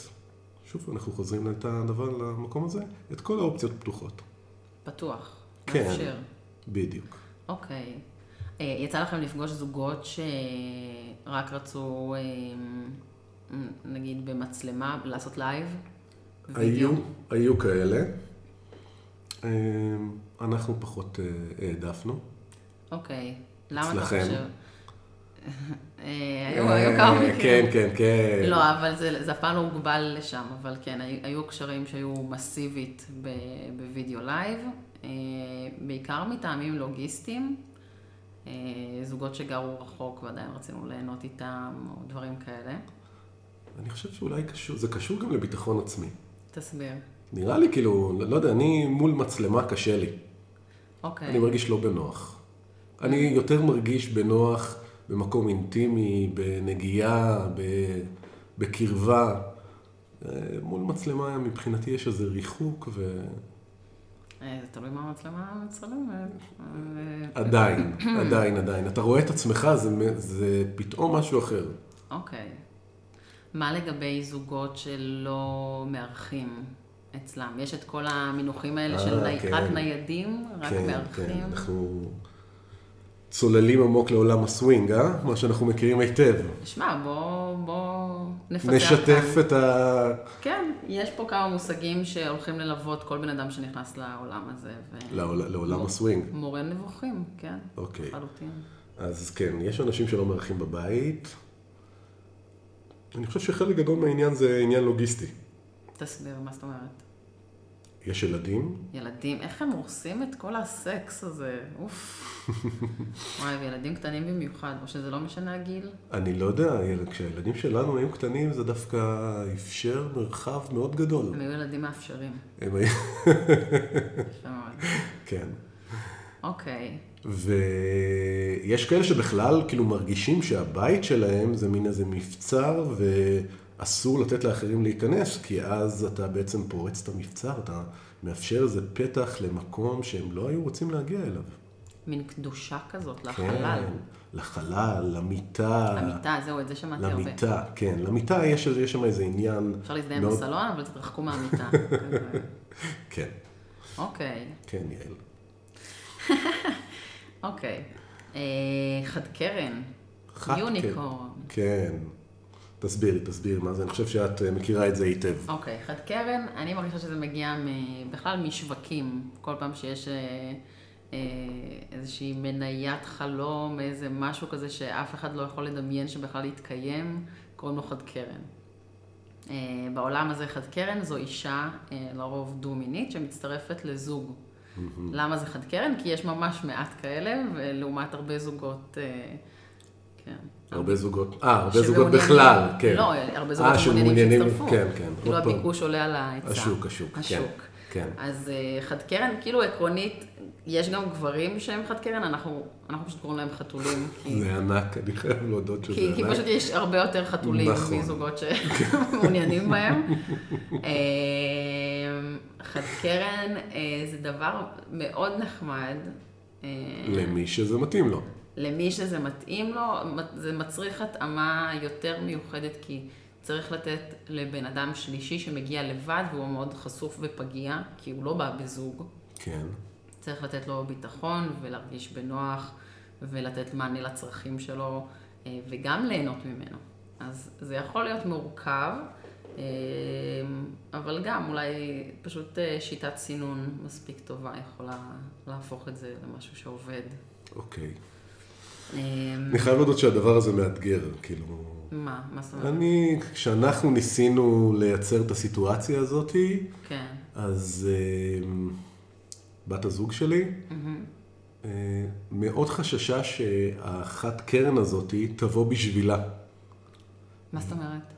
Speaker 2: שוב, אנחנו חוזרים את הדבר למקום הזה, את כל האופציות פתוחות.
Speaker 1: פתוח.
Speaker 2: כן.
Speaker 1: מאפשר.
Speaker 2: בדיוק.
Speaker 1: אוקיי. אה, יצא לכם לפגוש זוגות שרק רצו, אה, נגיד במצלמה, לעשות לייב?
Speaker 2: היו,
Speaker 1: וידאו?
Speaker 2: היו כאלה. אה, אנחנו פחות אה, העדפנו.
Speaker 1: אוקיי. למה אתה
Speaker 2: אצלכם?
Speaker 1: חושב? *laughs* אה, היו היו כמה
Speaker 2: אה,
Speaker 1: מקרים.
Speaker 2: כן, כן, כן.
Speaker 1: לא, אבל זה זה אף פעם לא הוגבל לשם, אבל כן, היו- היו קשרים שהיו מסיבית ב- בווידאו לייב, אה, בעיקר מטעמים לוגיסטיים, אה, זוגות שגרו רחוק ועדיין רצינו ליהנות איתם, או דברים כאלה.
Speaker 2: אני חושב שאולי קשור, זה קשור גם לביטחון עצמי.
Speaker 1: תסביר.
Speaker 2: נראה לי כאילו, לא יודע, אני מול מצלמה קשה לי. אני
Speaker 1: אוקיי,
Speaker 2: מרגיש לא בנוח. אני יותר מרגיש בנוח במקום אינטימי, בנגיעה, ב... בקרבה. אה, מול מצלמה מבחינתי יש איזה ריחוק ו...
Speaker 1: אה, זה תלוי מה המצלמה מצלמת. אה, *clears throat*
Speaker 2: עדיין, עדיין, עדיין. אתה רואה את עצמך, זה, מ- זה פתאום משהו אחר.
Speaker 1: אוקיי. מה לגבי זוגות שלא מארחים אצלם? יש את כל המינוחים האלה
Speaker 2: אה,
Speaker 1: של ני-
Speaker 2: כן. נכון.
Speaker 1: רק ניידים, רק מארחים?
Speaker 2: אנחנו צוללים עמוק לעולם הסווינג, אה? מה שאנחנו מכירים היטב.
Speaker 1: שמע, בוא, בוא נפתח
Speaker 2: נשתף
Speaker 1: כאן.
Speaker 2: את ה...
Speaker 1: כן, יש פה כמה מושגים שהולכים ללוות כל בן אדם שנכנס לעולם הזה. ו...
Speaker 2: לעול-
Speaker 1: לא.
Speaker 2: לעולם הסווינג.
Speaker 1: מורה נבוכים, כן,
Speaker 2: לא. אוקיי.
Speaker 1: לחלוטין.
Speaker 2: אז כן, יש אנשים שלא מארחים בבית. אני חושב שחלק גדול מהעניין זה עניין לוגיסטי.
Speaker 1: תסביר, מה זאת אומרת?
Speaker 2: יש ילדים,
Speaker 1: ילדים, איך הם הורסים את כל הסקס הזה?
Speaker 2: *laughs*
Speaker 1: אוף. וואי, וילדים קטנים במיוחד, או שזה לא משנה הגיל?
Speaker 2: אני לא יודע, ילד- כשהילדים שלנו היו קטנים זה דווקא אפשר מרחב מאוד גדול.
Speaker 1: הם היו ילדים מאפשרים.
Speaker 2: הם היו... *laughs*
Speaker 1: יפה מאוד.
Speaker 2: כן.
Speaker 1: אוקיי.
Speaker 2: ויש כאלה שבכלל כאילו מרגישים שהבית שלהם זה מין איזה מבצר ואסור לתת לאחרים להיכנס, כי אז אתה בעצם פורץ את המבצר, אתה מאפשר איזה פתח למקום שהם לא היו רוצים להגיע אליו.
Speaker 1: מין קדושה כזאת לחלל.
Speaker 2: כן, לחלל, למיטה.
Speaker 1: למיטה, זהו, את זה שמעתי הרבה.
Speaker 2: למיטה, לא. כן. למיטה יש, יש שם איזה עניין.
Speaker 1: אפשר להזדהם
Speaker 2: מאוד-
Speaker 1: בסלון, אבל תתרחקו
Speaker 2: *laughs*
Speaker 1: מהמיטה. כזה.
Speaker 2: כן,
Speaker 1: אוקיי,
Speaker 2: כן, יעל.
Speaker 1: אוקיי. אה, חד קרן.
Speaker 2: חד קרן.
Speaker 1: יוניקורן.
Speaker 2: כן. תסבירי, תסבירי מה זה. אני חושב שאת אה, מכירה את זה היטב.
Speaker 1: אוקיי, חד קרן, אני מרגישה שזה מגיע מ- בכלל משווקים. כל פעם שיש אה, אה, איזושהי מניית חלום, איזה משהו כזה שאף אחד לא יכול לדמיין שבכלל יתקיים, קוראים לו חד קרן. אה, בעולם הזה חד קרן זו אישה, אה, לרוב דו-מינית, שמצטרפת לזוג. למה זה חד קרן? כי יש ממש מעט כאלה, ולעומת הרבה זוגות... אה, כן.
Speaker 2: הרבה זוגות, אה, הרבה
Speaker 1: שמעוניינים-
Speaker 2: זוגות בכלל, כן.
Speaker 1: לא, הרבה זוגות
Speaker 2: אה,
Speaker 1: שמעוניינים שהצטרפו.
Speaker 2: כן, כן.
Speaker 1: כאילו
Speaker 2: עוד פעם.
Speaker 1: הביקוש עולה על ההיצע.
Speaker 2: השוק, השוק, כן.
Speaker 1: השוק.
Speaker 2: כן.
Speaker 1: אז אה, חד קרן, כאילו עקרונית, יש גם גברים שהם חד קרן, אנחנו, אנחנו פשוט קוראים להם
Speaker 2: *laughs*
Speaker 1: חתולים. כי,
Speaker 2: זה ענק, אני חייב להודות שזה
Speaker 1: כי, כי
Speaker 2: ענק.
Speaker 1: פשוט יש הרבה יותר חתולים
Speaker 2: נכון.
Speaker 1: מזוגות
Speaker 2: *laughs*
Speaker 1: שמעוניינים בהם. אה, חד קרן אה, זה דבר מאוד נחמד. אה,
Speaker 2: למי שזה מתאים לו.
Speaker 1: למי שזה מתאים לו, זה מצריך התאמה יותר מיוחדת, כי צריך לתת לבן אדם שלישי שמגיע לבד והוא מאוד חשוף ופגיע, כי הוא לא בא בזוג.
Speaker 2: כן.
Speaker 1: צריך לתת לו ביטחון ולהרגיש בנוח ולתת מענה לצרכים שלו אה, וגם ליהנות ממנו. אז זה יכול להיות מורכב, אה, אבל גם אולי פשוט אה, שיטת סינון מספיק טובה יכולה להפוך את זה למשהו שעובד.
Speaker 2: אוקיי.
Speaker 1: אה,
Speaker 2: אני חייב להודות שהדבר הזה מאתגר, כאילו...
Speaker 1: מה? מה זאת אומרת?
Speaker 2: אני, כשאנחנו ניסינו לייצר את הסיטואציה הזאתי,
Speaker 1: כן.
Speaker 2: אז אה, בת הזוג שלי אה, מאוד חששה שהאחת קרן הזאתי תבוא בשבילה.
Speaker 1: מה זאת אומרת?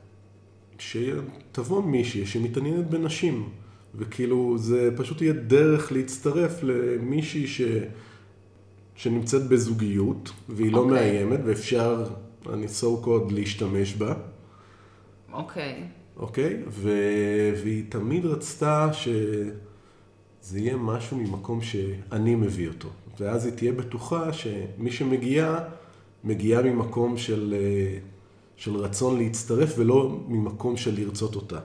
Speaker 2: שתבוא מישהי שמתעניינת בנשים, וכאילו זה פשוט יהיה דרך להצטרף למישהי ש... שנמצאת בזוגיות, והיא לא
Speaker 1: אוקיי.
Speaker 2: מאיימת, ואפשר, אני so called, להשתמש בה,
Speaker 1: אוקיי.
Speaker 2: אוקיי? ו... והיא תמיד רצתה שזה יהיה משהו ממקום שאני מביא אותו. ואז היא תהיה בטוחה שמי שמגיעה, מגיעה ממקום של, אה, של רצון להצטרף, ולא ממקום של לרצות אותה.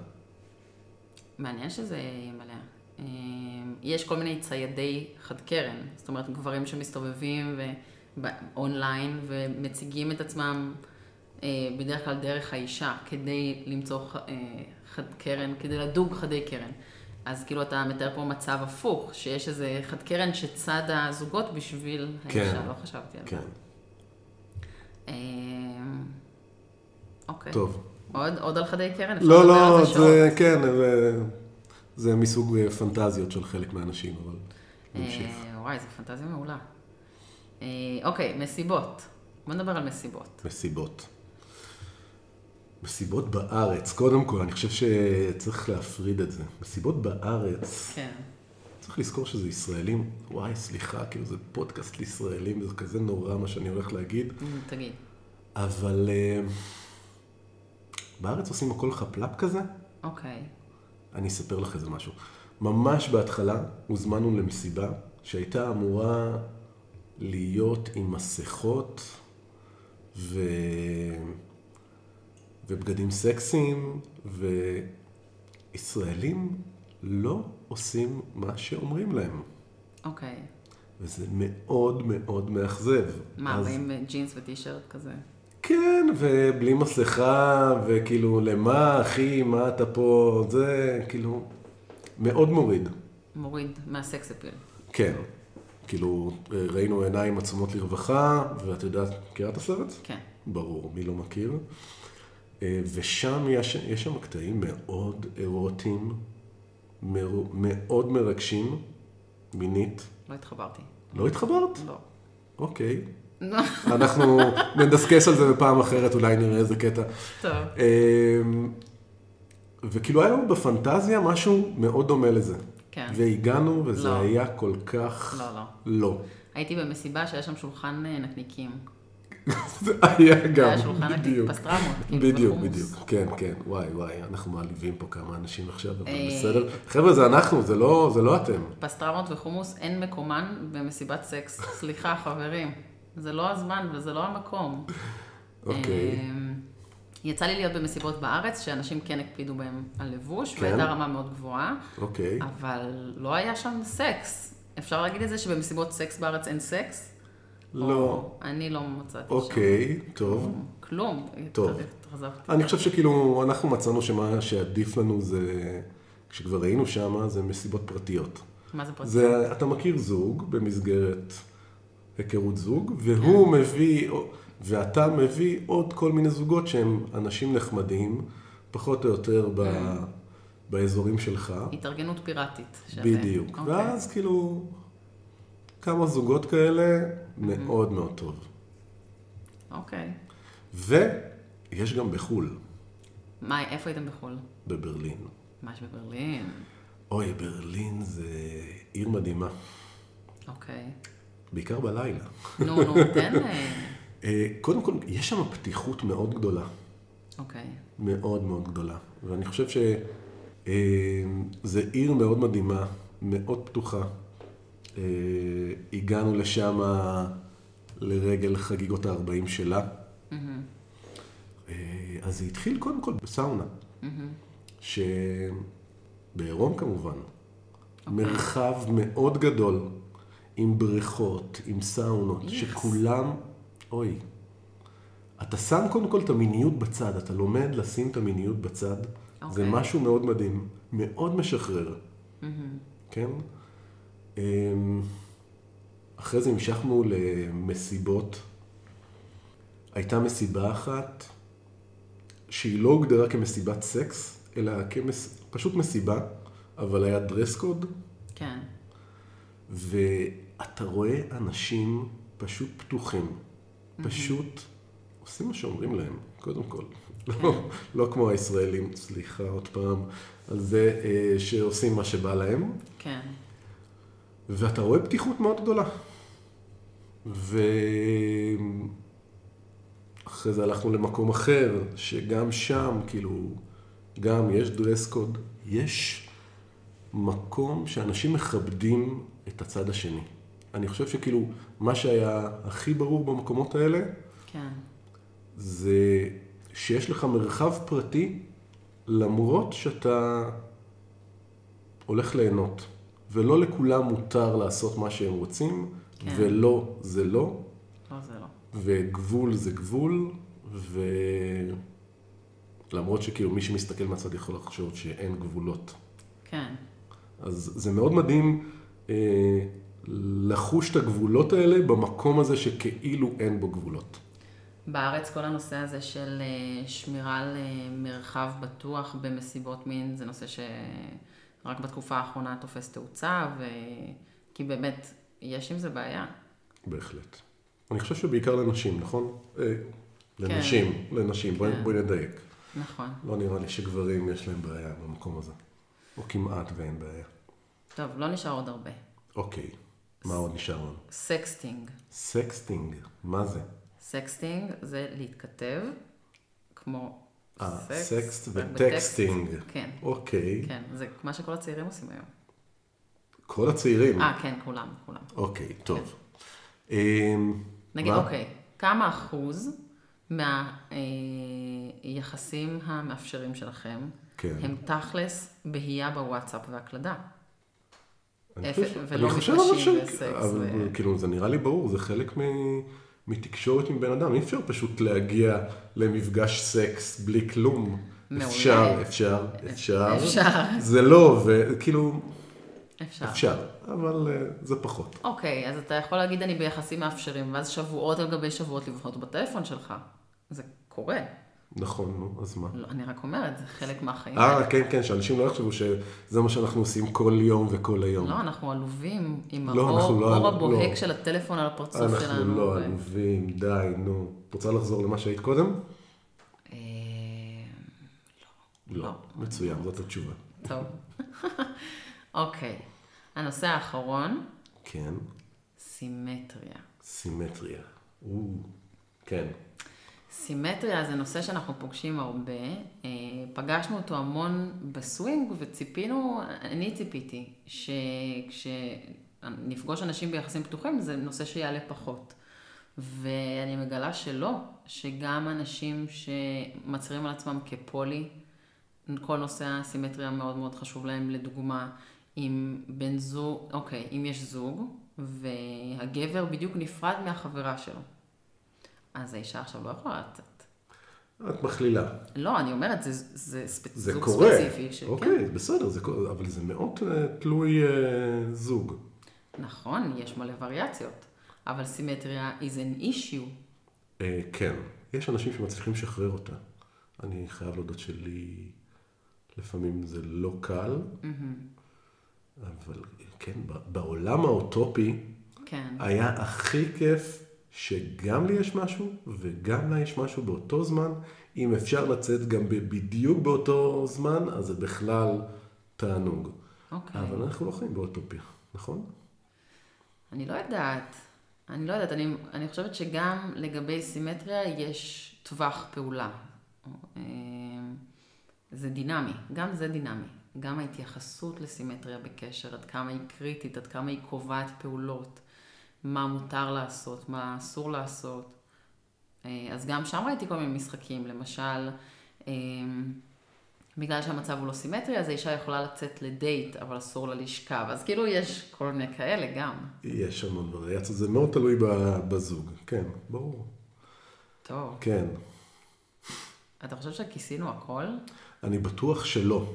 Speaker 1: מעניין שזה איים עליה. אמ, יש כל מיני ציידי חד קרן, זאת אומרת גברים שמסתובבים ו- ב- אונליין ומציגים את עצמם אה, בדרך כלל דרך האישה כדי למצוא ח- אה, חד קרן, כדי לדוג חדי קרן. אז כאילו אתה מתאר פה מצב הפוך, שיש איזה חד קרן שצד הזוגות בשביל
Speaker 2: כן.
Speaker 1: האישה, לא חשבתי על זה.
Speaker 2: כן.
Speaker 1: אמ, אוקיי.
Speaker 2: טוב.
Speaker 1: עוד, עוד על חדי קרן? אפשר
Speaker 2: לא,
Speaker 1: לדבר על
Speaker 2: לא,
Speaker 1: שעות.
Speaker 2: זה, כן, זה, זה מסוג אה, פנטזיות של חלק מהאנשים, אבל נמשיך.
Speaker 1: אה, וואי, זו פנטזיה מעולה. אה, אוקיי, מסיבות. בוא נדבר על מסיבות.
Speaker 2: מסיבות. מסיבות בארץ, קודם כל, אני חושב שצריך להפריד את זה. מסיבות בארץ,
Speaker 1: כן.
Speaker 2: צריך לזכור שזה ישראלים. וואי, סליחה, כאילו זה פודקאסט לישראלים, זה כזה נורא מה שאני הולך להגיד,
Speaker 1: תגיד.
Speaker 2: אבל אה, בארץ עושים הכל חפלאפ כזה,
Speaker 1: אוקיי.
Speaker 2: אני אספר לך איזה משהו. ממש בהתחלה הוזמנו למסיבה שהייתה אמורה להיות עם מסכות ו... ובגדים סקסיים, וישראלים לא עושים מה שאומרים להם.
Speaker 1: אוקיי.
Speaker 2: וזה מאוד מאוד מאכזב.
Speaker 1: מה,
Speaker 2: אז-
Speaker 1: באים בג'ינס וטישרט כזה?
Speaker 2: כן, ובלי מסכה, וכאילו, למה, אחי, מה אתה פה, זה, כאילו, מאוד מוריד.
Speaker 1: מוריד מהסקס אפיל.
Speaker 2: כן. כאילו, ראינו עיניים עצומות לרווחה, ואת יודעת, מכירה את הסרט?
Speaker 1: כן.
Speaker 2: ברור, מי לא מכיר. אה, ושם יש, יש שם קטעים מאוד אירוטיים, מר, מאוד מרגשים, מינית.
Speaker 1: לא התחברתי.
Speaker 2: לא התחברת?
Speaker 1: לא.
Speaker 2: אוקיי.
Speaker 1: לא.
Speaker 2: אנחנו *laughs* נדסקס על זה בפעם אחרת, אולי נראה איזה קטע.
Speaker 1: טוב.
Speaker 2: אמ, וכאילו היה לנו בפנטזיה משהו מאוד דומה לזה.
Speaker 1: כן.
Speaker 2: והגענו, וזה
Speaker 1: לא.
Speaker 2: היה כל כך...
Speaker 1: לא, לא.
Speaker 2: לא.
Speaker 1: הייתי במסיבה שהיה שם שולחן אה, נקניקים.
Speaker 2: זה היה
Speaker 1: זה
Speaker 2: גם,
Speaker 1: היה שולחן
Speaker 2: בדיוק.
Speaker 1: פסטרמות. כאילו,
Speaker 2: בדיוק,
Speaker 1: וחומוס.
Speaker 2: בדיוק. כן, כן. וואי, וואי, אנחנו מעליבים פה כמה אנשים עכשיו, אבל
Speaker 1: אה.
Speaker 2: בסדר. חבר'ה, זה אנחנו, זה לא זה לא אתם.
Speaker 1: פסטרמות וחומוס אין מקומן במסיבת סקס. סליחה, חברים. זה לא הזמן וזה לא המקום.
Speaker 2: אוקיי.
Speaker 1: אמ, יצא לי להיות במסיבות בארץ, שאנשים כן הקפידו בהם על לבוש,
Speaker 2: כן.
Speaker 1: והייתה רמה מאוד גבוהה,
Speaker 2: אוקיי.
Speaker 1: אבל לא היה שם סקס. אפשר להגיד את זה שבמסיבות סקס בארץ אין סקס?
Speaker 2: לא.
Speaker 1: או- אני לא מצאתי שם.
Speaker 2: אוקיי, טוב.
Speaker 1: כלום.
Speaker 2: טוב.
Speaker 1: התרזבתי.
Speaker 2: אני חושב שכאילו, אנחנו מצאנו שמה שעדיף לנו זה, כשכבר היינו שם, זה מסיבות פרטיות.
Speaker 1: מה זה פרטי?
Speaker 2: זה, אתה מכיר זוג במסגרת היכרות זוג, והוא מביא, ואתה מביא עוד כל מיני זוגות שהם אנשים נחמדים, פחות או יותר ב, באזורים שלך,
Speaker 1: התארגנות פיראטית. שאתם-
Speaker 2: בדיוק.
Speaker 1: אוקיי.
Speaker 2: ואז כאילו, כמה זוגות כאלה, מאוד מאוד טוב.
Speaker 1: אוקיי.
Speaker 2: ויש גם בחו"ל,
Speaker 1: מה, איפה הייתם בחו"ל?
Speaker 2: בברלין.
Speaker 1: ממש בברלין.
Speaker 2: אוי, ברלין זה עיר מדהימה,
Speaker 1: אוקיי.
Speaker 2: בעיקר בלילה.
Speaker 1: נו, נו, לא, תן... אה,
Speaker 2: אה, קודם כל, יש שם פתיחות מאוד גדולה.
Speaker 1: אוקיי.
Speaker 2: מאוד מאוד גדולה. ואני חושב שזו עיר מאוד מדהימה, מאוד פתוחה. אה, הגענו לשם לרגל חגיגות ה-40 שלה. אה, אז זה התחיל קודם כל בסאונה, שבעירום כמובן,
Speaker 1: אוקיי.
Speaker 2: מרחב מאוד גדול, עם בריכות, עם סאונות,
Speaker 1: Yes.
Speaker 2: שכולם, אוי, אתה שם קודם כל את המיניות בצד, אתה לומד לשים את המיניות בצד. זה
Speaker 1: אוקיי.
Speaker 2: משהו מאוד מדהים, מאוד משחרר, כן? אמ, אחרי זה המשכנו למסיבות. הייתה מסיבה אחת שהיא לא הוגדרה כמסיבת סקס, אלא כמס... פשוט מסיבה, אבל היה דרס קוד,
Speaker 1: כן.
Speaker 2: ואתה רואה אנשים פשוט פתוחים, פשוט עושים מה שאומרים להם, קודם כל. לא, לא כמו הישראלים, סליחה עוד פעם, על זה אה, שעושים מה שבא להם,
Speaker 1: כן.
Speaker 2: ואתה רואה פתיחות מאוד גדולה. ואחרי זה הלכנו למקום אחר, שגם שם, כאילו, גם יש דרס קוד, יש מקום שאנשים מכבדים את הצד השני. אני חושב שכאילו, מה שהיה הכי ברור במקומות האלה,
Speaker 1: כן.
Speaker 2: זה שיש לך מרחב פרטי, למרות שאתה הולך ליהנות. ולא לכולם מותר לעשות מה שהם רוצים,
Speaker 1: כן.
Speaker 2: ולא זה לא,
Speaker 1: לא, זה לא.
Speaker 2: וגבול זה גבול, ולמרות שכאילו מי שמסתכל מהצד יכול לחשוב שאין גבולות.
Speaker 1: כן.
Speaker 2: אז זה מאוד מדהים אה, לחוש את הגבולות האלה במקום הזה שכאילו אין בו גבולות.
Speaker 1: בארץ כל הנושא הזה של אה, שמירה על אה, מרחב בטוח במסיבות מין, זה נושא שרק בתקופה האחרונה תופס תאוצה, ו... כי באמת, יש עם זה בעיה.
Speaker 2: בהחלט. אני חושב שבעיקר לנשים, נכון? אה, לנשים, לנשים, בואי
Speaker 1: כן.
Speaker 2: בואי נדייק.
Speaker 1: נכון.
Speaker 2: לא נראה לי שגברים יש להם בעיה במקום הזה. או כמעט ואין בעיה.
Speaker 1: טוב, לא נשאר עוד הרבה.
Speaker 2: אוקיי, מה עוד נשאר לנו?
Speaker 1: סקסטינג.
Speaker 2: סקסטינג, מה זה?
Speaker 1: סקסטינג זה להתכתב, כמו
Speaker 2: אה,
Speaker 1: סקס,
Speaker 2: סקס
Speaker 1: רק בטקסט.
Speaker 2: וטקסטינג.
Speaker 1: כן.
Speaker 2: אוקיי.
Speaker 1: כן, זה מה שכל הצעירים עושים היום.
Speaker 2: כל הצעירים.
Speaker 1: אה, כן, כולם, כולם.
Speaker 2: אוקיי, טוב. אמ,
Speaker 1: נגיד,
Speaker 2: מה?
Speaker 1: אוקיי, כמה אחוז מהיחסים המאפשרים שלכם
Speaker 2: כן.
Speaker 1: הם תכלס בהייה בוואטסאפ והקלדה?
Speaker 2: אני
Speaker 1: אפס,
Speaker 2: חושב-
Speaker 1: ולא
Speaker 2: אני חושב אבל ש...
Speaker 1: מתפשרים בסקס
Speaker 2: אבל,
Speaker 1: ו-
Speaker 2: כאילו, זה נראה לי ברור, זה חלק מ... מתקשורת עם בן אדם. אי אפשר פשוט להגיע למפגש סקס בלי כלום.
Speaker 1: מעולה.
Speaker 2: אפשר, אפשר, אפשר.
Speaker 1: אפשר.
Speaker 2: זה לא עובד, כאילו,
Speaker 1: אפשר.
Speaker 2: אפשר, אבל אה, זה פחות.
Speaker 1: אוקיי, אז אתה יכול להגיד אני ביחסים מאפשרים, ואז שבועות על גבי שבועות לבנות בטלפון שלך. זה קורה.
Speaker 2: נכון, נו, אז מה?
Speaker 1: לא, אני רק אומרת, זה חלק מהחיים.
Speaker 2: אה, כן, כן, שאנשים לא יחשבו שזה מה שאנחנו עושים כל יום וכל היום.
Speaker 1: לא, אנחנו עלובים עם
Speaker 2: לא,
Speaker 1: האור
Speaker 2: אנחנו לא
Speaker 1: אור
Speaker 2: עלו-
Speaker 1: הבוהק
Speaker 2: לא.
Speaker 1: של הטלפון על הפרצוף שלנו.
Speaker 2: אנחנו
Speaker 1: ו-
Speaker 2: לא עלובים, די, נו. את רוצה לחזור למה שהיית קודם?
Speaker 1: אה,
Speaker 2: לא. מצוין, זאת התשובה.
Speaker 1: טוב. *laughs* אוקיי, הנושא האחרון,
Speaker 2: כן,
Speaker 1: סימטריה.
Speaker 2: סימטריה. או, כן.
Speaker 1: סימטריה זה נושא שאנחנו פוגשים הרבה. אה, פגשנו אותו המון בסווינג וציפינו, אני ציפיתי, שכשנפגוש אנשים ביחסים פתוחים זה נושא שיעלה פחות. ואני מגלה שלא, שגם אנשים שמצהירים על עצמם כפולי, כל נושא הסימטריה מאוד מאוד חשוב להם, לדוגמה, אם בן זוג, אוקיי, אם יש זוג, והגבר בדיוק נפרד מהחברה שלו. אז האישה עכשיו לא יכולה לצאת.
Speaker 2: את מכלילה.
Speaker 1: לא, אני אומרת, זה, זה, ספ...
Speaker 2: זה
Speaker 1: זוג
Speaker 2: קורה.
Speaker 1: ספציפי. ש...
Speaker 2: אוקיי, בסדר, זה קורה, אבל זה מאוד אה, תלוי אה, זוג.
Speaker 1: כן. נכון, יש מלא וריאציות, אבל סימטריה is an issue.
Speaker 2: אה, כן, יש אנשים שמצליחים לשחרר אותה. אני חייב להודות שלי, לפעמים זה לא קל, אבל כן, ב- בעולם האוטופי,
Speaker 1: כן,
Speaker 2: היה הכי כיף שגם לי יש משהו וגם לה יש משהו באותו זמן. אם אפשר לצאת גם ב- בדיוק באותו זמן, אז זה בכלל תענוג.
Speaker 1: אוקיי.
Speaker 2: אבל אנחנו לא חיים באוטופיה, נכון?
Speaker 1: אני לא יודעת. אני לא יודעת, אני, אני חושבת שגם לגבי סימטריה יש טווח פעולה. אה, זה דינמי, גם זה דינמי. גם ההתייחסות לסימטריה בקשר, עד כמה היא קריטית, עד כמה היא קובעת פעולות, מה מותר לעשות, מה אסור לעשות. אה, אז גם שם ראיתי כל מיני משחקים, למשל, אה, בגלל שהמצב הוא לא סימטרי, אז האישה יכולה לצאת לדייט, אבל אסור לה לשכב. אז כאילו יש כל מיני כאלה גם.
Speaker 2: יש המון וריאציות, זה מאוד תלוי ב- בזוג. כן, ברור.
Speaker 1: טוב,
Speaker 2: כן.
Speaker 1: אתה חושב שכיסינו הכל?
Speaker 2: אני בטוח שלא.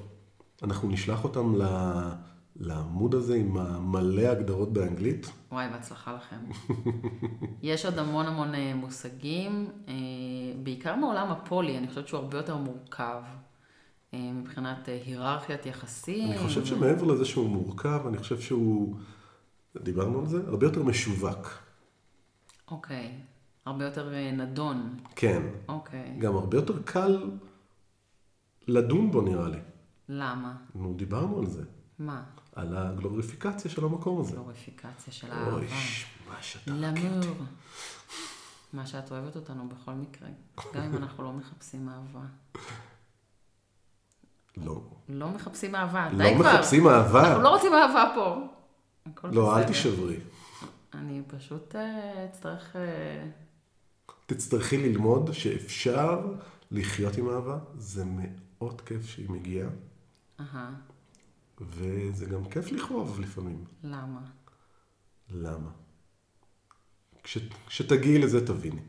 Speaker 2: אנחנו נשלח אותם ל- לעמוד הזה עם המלא הגדרות באנגלית.
Speaker 1: וואי, בהצלחה לכם. *laughs* יש עוד המון המון אה, מושגים, אה, בעיקר מעולם הפולי, אני חושבת שהוא הרבה יותר מורכב אה, מבחינת אה, היררכיית יחסים.
Speaker 2: אני חושב שמעבר לזה שהוא מורכב, אני חושב שהוא, דיברנו על זה, הרבה יותר משווק.
Speaker 1: אוקיי, הרבה יותר אה, נדון.
Speaker 2: כן,
Speaker 1: אוקיי,
Speaker 2: גם הרבה יותר קל לדון בו נראה לי.
Speaker 1: למה?
Speaker 2: נו, דיברנו על זה,
Speaker 1: מה?
Speaker 2: על הגלוריפיקציה של המקום הזה.
Speaker 1: גלוריפיקציה של האהבה.
Speaker 2: אוי, ש- מה שאתה...
Speaker 1: למור. מה שאת אוהבת אותנו בכל
Speaker 2: *laughs*
Speaker 1: מקרה, גם אם אנחנו לא מחפשים אהבה.
Speaker 2: לא,
Speaker 1: לא מחפשים אהבה, די
Speaker 2: לא
Speaker 1: כבר.
Speaker 2: מחפשים
Speaker 1: אנחנו
Speaker 2: אהבה.
Speaker 1: לא רוצים אהבה פה. הכל
Speaker 2: לא, אל
Speaker 1: בסדר.
Speaker 2: תישברי.
Speaker 1: אני פשוט אה, אצטרך... אה,
Speaker 2: תצטרכי ללמוד שאפשר לחיות עם אהבה, זה מאוד כיף שהיא מגיעה,
Speaker 1: אהה,
Speaker 2: וזה גם כיף לכאוב לפעמים.
Speaker 1: למה?
Speaker 2: למה? כש- כשתגיעי לזה תביני.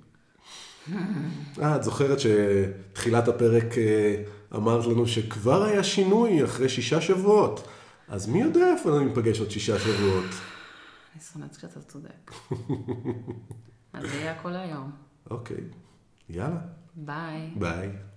Speaker 2: אה, את זוכרת שתחילת הפרק אה, אמרת לנו שכבר היה שינוי אחרי שישה שבועות. אז מי יודע איפה אני ניפגש עוד שישה שבועות?
Speaker 1: אני שונאת כשאתה
Speaker 2: *laughs*
Speaker 1: צודק. אז זה יהיה הכל היום.
Speaker 2: אוקיי, יאללה,
Speaker 1: ביי.
Speaker 2: ביי.